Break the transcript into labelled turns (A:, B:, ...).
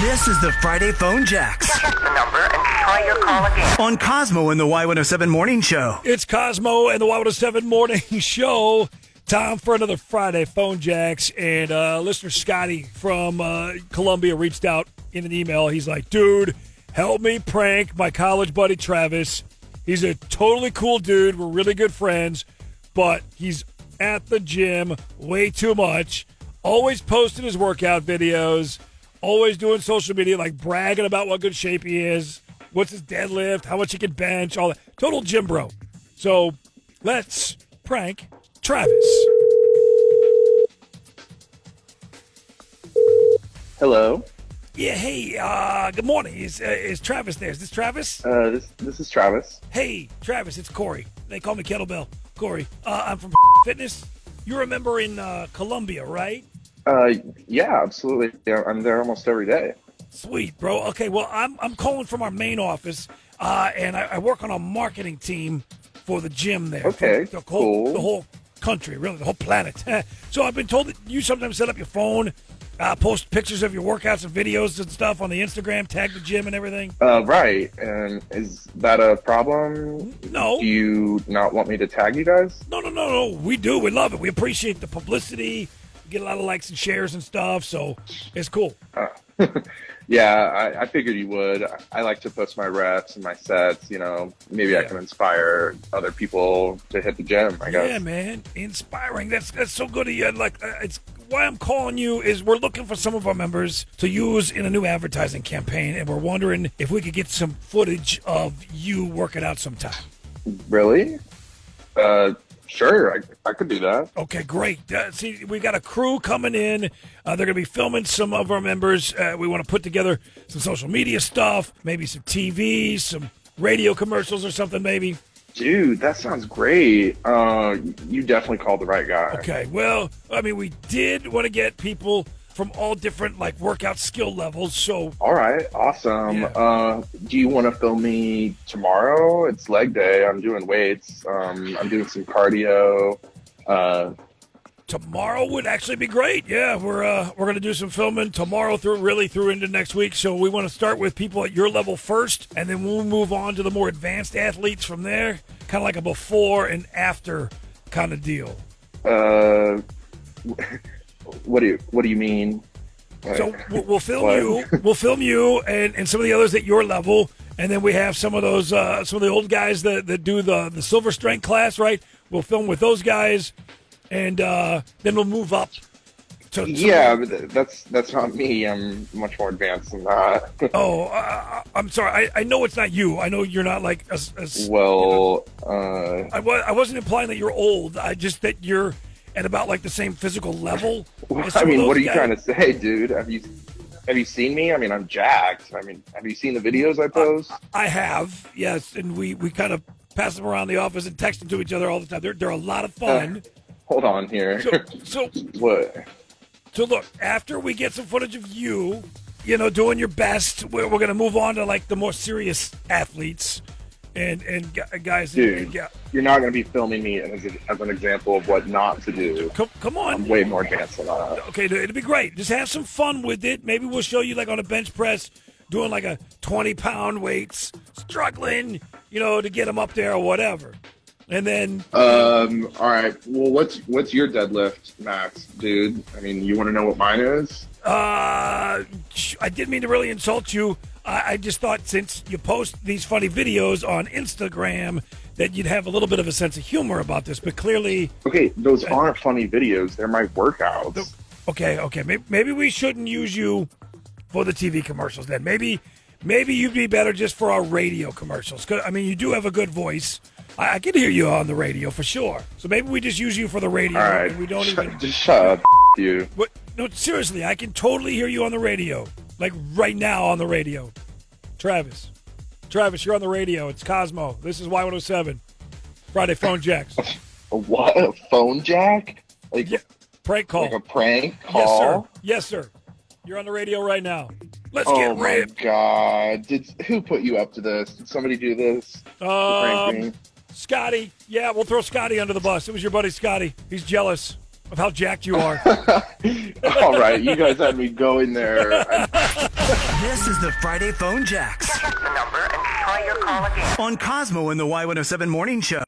A: This is the Friday Phone Jacks
B: Check the number and try your call again.
A: on Cosmo and the Y107 Morning Show.
C: It's Cosmo and the Y107 Morning Show. Time for another Friday Phone Jacks. And uh, listener Scotty from uh, Columbia reached out in an email. He's like, dude, help me prank my college buddy Travis. He's a totally cool dude. We're really good friends, but he's at the gym way too much, always posting his workout videos, always doing social media, like bragging about what good shape he is, what's his deadlift, how much he can bench, all that. Total gym bro. So let's prank Travis.
D: Hello.
C: Yeah, hey, uh, good morning. Is, uh, is Travis there? Is this Travis?
D: Uh, this this is Travis.
C: Hey, Travis, it's Corey. They call me Kettlebell. Corey, uh, I'm from Fitness. You remember in uh, Columbia, right?
D: Uh, yeah, absolutely. Yeah, I'm there almost every day.
C: Sweet, bro. Okay, well, I'm, I'm calling from our main office, uh, and I, I work on a marketing team for the gym there.
D: Okay,
C: for the whole,
D: cool.
C: The whole country, really, the whole planet. so I've been told that you sometimes set up your phone, uh, post pictures of your workouts and videos and stuff on the Instagram, tag the gym and everything.
D: Uh, right. And is that a problem?
C: No.
D: Do you not want me to tag you guys?
C: No, no, no, no. We do. We love it. We appreciate the publicity. We get a lot of likes and shares and stuff, so it's cool.
D: Yeah, I, I figured you would. I, I like to post my reps and my sets. You know, maybe I
C: Yeah.
D: can inspire other people to hit the gym. I guess.
C: Yeah, man, inspiring. That's that's so good of you. Like, uh, it's why I'm calling you is we're looking for some of our members to use in a new advertising campaign, and we're wondering if we could get some footage of you working out sometime.
D: Really? Uh, sure. I, I could do that.
C: Okay, great. Uh, see, we got a crew coming in. Uh, they're going to be filming some of our members. Uh, we want to put together some social media stuff, maybe some TV, some radio commercials or something, maybe.
D: Dude, that sounds great. Uh, you definitely called the right guy.
C: Okay, well, I mean, we did want to get people from all different like workout skill levels. So,
D: All right, awesome.
C: Yeah.
D: Uh, do you want to film me tomorrow? It's leg day. I'm doing weights. Um, I'm doing some cardio. Uh,
C: tomorrow would actually be great. Yeah, we're uh, we're gonna do some filming tomorrow through really through into next week. So we want to start with people at your level first, and then we'll move on to the more advanced athletes from there. Kind of like a before and after kind of deal.
D: uh, what do you What do you mean?
C: So
D: Like,
C: we'll, we'll film
D: What?
C: you. We'll film you and, and some of the others at your level, and then we have some of those uh, some of the old guys that, that do the the silver strength class, right? We'll film with those guys, and uh, then we'll move up. To, to-
D: yeah, but th- that's that's not me. I'm much more advanced than that.
C: Oh, I, I, am sorry. I, I know it's not you. I know you're not like a s- a s-
D: well, uh,
C: I, wa- I wasn't implying that you're old. I just that you're at about like the same physical level. as some
D: I
C: of
D: mean,
C: those
D: what are you
C: guys.
D: trying to say, dude? Have you Have you seen me? I mean, I'm jacked. I mean, have you seen the videos
C: Uh,
D: I post?
C: I have, yes, and we we kind of pass them around the office and text them to each other all the time. They're they're a lot
D: Uh,
C: of fun.
D: Hold on here.
C: So so
D: what?
C: so look, after we get some footage of you, you know, doing your best, we're, we're gonna move on to like the more serious athletes and and gu- guys. and- and
D: dude,
C: ga-
D: you're not going to be filming me as, as an example of what not to do.
C: come come on.
D: I'm way more advanced than that.
C: Okay, it'd be great. Just have some fun with it. Maybe we'll show you like on a bench press doing like a 20 pound weights, struggling, you know, to get them up there or whatever. And then
D: Um, all right. Well, what's what's your deadlift max, dude? I mean, you want to know what mine is?
C: Uh, sh- I didn't mean to really insult you. I, I just thought since you post these funny videos on Instagram that you'd have a little bit of a sense of humor about this, but clearly,
D: Okay, those aren't funny videos. They're my workouts.
C: okay, okay, maybe, maybe we shouldn't use you for the TV commercials then. Maybe, maybe you'd be better just for our radio commercials. 'Cause, I mean, you do have a good voice. I, I can hear you on the radio for sure. So maybe we just use you for the radio,
D: all right.
C: and we don't
D: Shut-
C: even.
D: just shut up, you.
C: What? No, seriously, I can totally hear you on the radio. Like right now on the radio. Travis. Travis, you're on the radio. It's Cosmo. This is Y107. Friday Phone Jacks.
D: A What? A phone jack? Like
C: Yeah. Prank call.
D: like a prank
C: Yes,
D: call?
C: sir. Yes, sir. You're on the radio right now. Let's
D: Oh
C: get
D: my
C: ripped.
D: god! Did who put you up to this? Did somebody do this? Prank
C: Um,
D: me?
C: Scotty. Yeah, we'll throw Scotty under the bus. It was your buddy Scotty. He's jealous of how jacked you are.
D: All right, you guys had me going there. I,
A: This is the Friday Phone Jacks
B: Check the number and try your call again.
A: on Cosmo and the Y107 Morning Show.